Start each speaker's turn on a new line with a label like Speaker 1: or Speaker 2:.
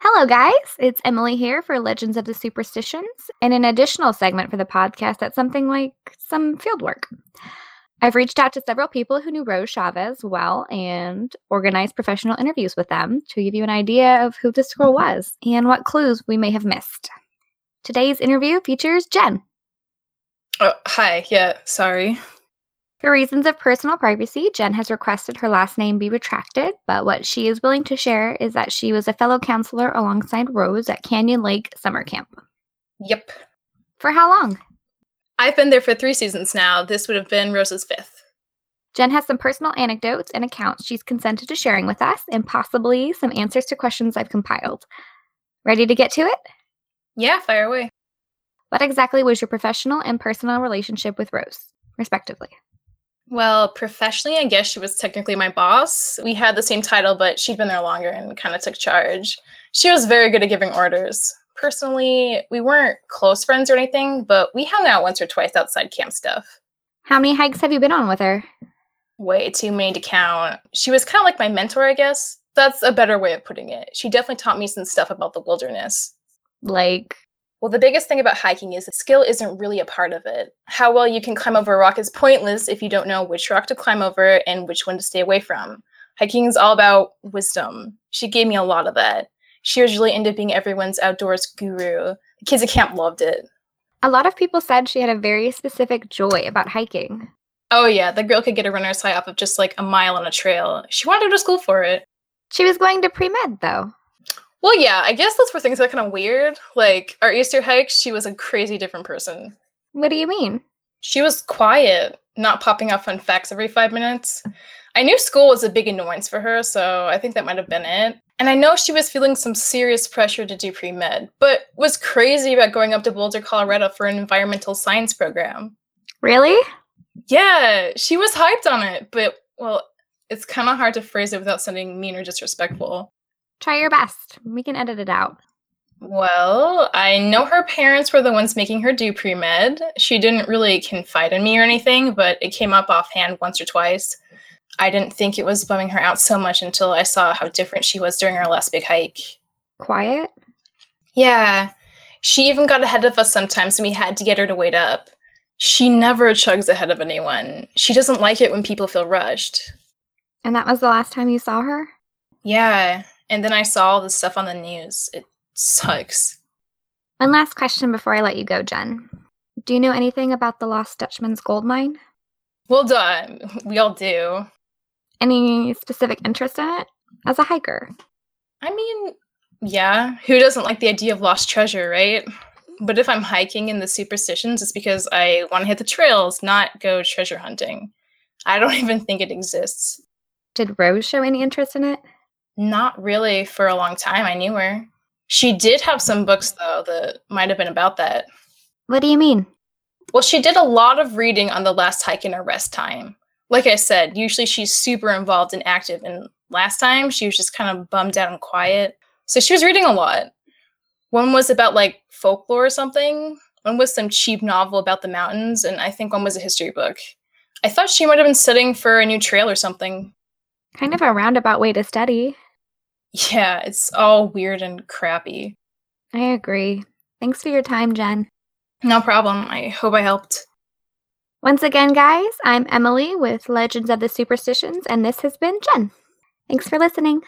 Speaker 1: Hello, guys. It's Emily here for Legends of the Superstitions and an additional segment for the podcast that's something like some field work. I've reached out to several people who knew Rose Chavez well and organized professional interviews with them to give you an idea of who this girl was and what clues we may have missed. Today's interview features Jen.
Speaker 2: Oh, hi. Yeah, sorry.
Speaker 1: For reasons of personal privacy, Jen has requested her last name be retracted, but what she is willing to share is that she was a fellow counselor alongside Rose at Canyon Lake Summer Camp.
Speaker 2: Yep.
Speaker 1: For how long?
Speaker 2: I've been there for three seasons now. This would have been Rose's fifth.
Speaker 1: Jen has some personal anecdotes and accounts she's consented to sharing with us, and possibly some answers to questions I've compiled. Ready to get to it?
Speaker 2: Yeah, fire away.
Speaker 1: What exactly was your professional and personal relationship with Rose, respectively?
Speaker 2: Well, professionally, I guess she was technically my boss. We had the same title, but she'd been there longer and kind of took charge. She was very good at giving orders. Personally, we weren't close friends or anything, but we hung out once or twice outside camp stuff.
Speaker 1: How many hikes have you been on with her?
Speaker 2: Way too many to count. She was kind of like my mentor, I guess. That's a better way of putting it. She definitely taught me some stuff about the wilderness.
Speaker 1: Like,
Speaker 2: Well, the biggest thing about hiking is that skill isn't really a part of it. How well you can climb over a rock is pointless if you don't know which rock to climb over and which one to stay away from. Hiking is all about wisdom. She gave me a lot of that. She usually ended up being everyone's outdoors guru. The kids at camp loved it.
Speaker 1: a lot of people said she had a very specific joy about hiking.
Speaker 2: Oh, yeah, the girl could get a runner's high off of just like a mile on a trail. She wanted to go to school for it.
Speaker 1: She was going to pre med, though.
Speaker 2: Well, yeah, I guess those were things that kind of weird. Like our Easter hike, she was a crazy different person.
Speaker 1: What do you mean?
Speaker 2: She was quiet, not popping out fun facts every five minutes. I knew school was a big annoyance for her, so I think that might have been it. And I know she was feeling some serious pressure to do pre med, but was crazy about going up to Boulder, Colorado for an environmental science program.
Speaker 1: Really?
Speaker 2: Yeah, she was hyped on it, but well, it's kind of hard to phrase it without sounding mean or disrespectful.
Speaker 1: Try your best. We can edit it out.
Speaker 2: Well, I know her parents were the ones making her do pre med. She didn't really confide in me or anything, but it came up offhand once or twice. I didn't think it was bumming her out so much until I saw how different she was during our last big hike.
Speaker 1: Quiet?
Speaker 2: Yeah, she even got ahead of us sometimes, and we had to get her to wait up. She never chugs ahead of anyone. She doesn't like it when people feel rushed.
Speaker 1: And that was the last time you saw her?
Speaker 2: Yeah, and then I saw all this stuff on the news. It sucks.
Speaker 1: One last question before I let you go, Jen. Do you know anything about the Lost Dutchman's gold mine?
Speaker 2: Well done. We all do.
Speaker 1: Any specific interest in it? As a hiker?
Speaker 2: I mean, yeah, who doesn't like the idea of lost treasure, right? But if I'm hiking in the superstitions, it's because I want to hit the trails, not go treasure hunting. I don't even think it exists.
Speaker 1: Did Rose show any interest in it?
Speaker 2: Not really for a long time. I knew her. She did have some books, though, that might have been about that.
Speaker 1: What do you mean?
Speaker 2: Well, she did a lot of reading on the last hike in her rest time. Like I said, usually she's super involved and active, and last time she was just kind of bummed out and quiet. So she was reading a lot. One was about like folklore or something, one was some cheap novel about the mountains, and I think one was a history book. I thought she might have been studying for a new trail or something.
Speaker 1: Kind of a roundabout way to study.
Speaker 2: Yeah, it's all weird and crappy.
Speaker 1: I agree. Thanks for your time, Jen.
Speaker 2: No problem. I hope I helped.
Speaker 1: Once again, guys, I'm Emily with Legends of the Superstitions, and this has been Jen. Thanks for listening.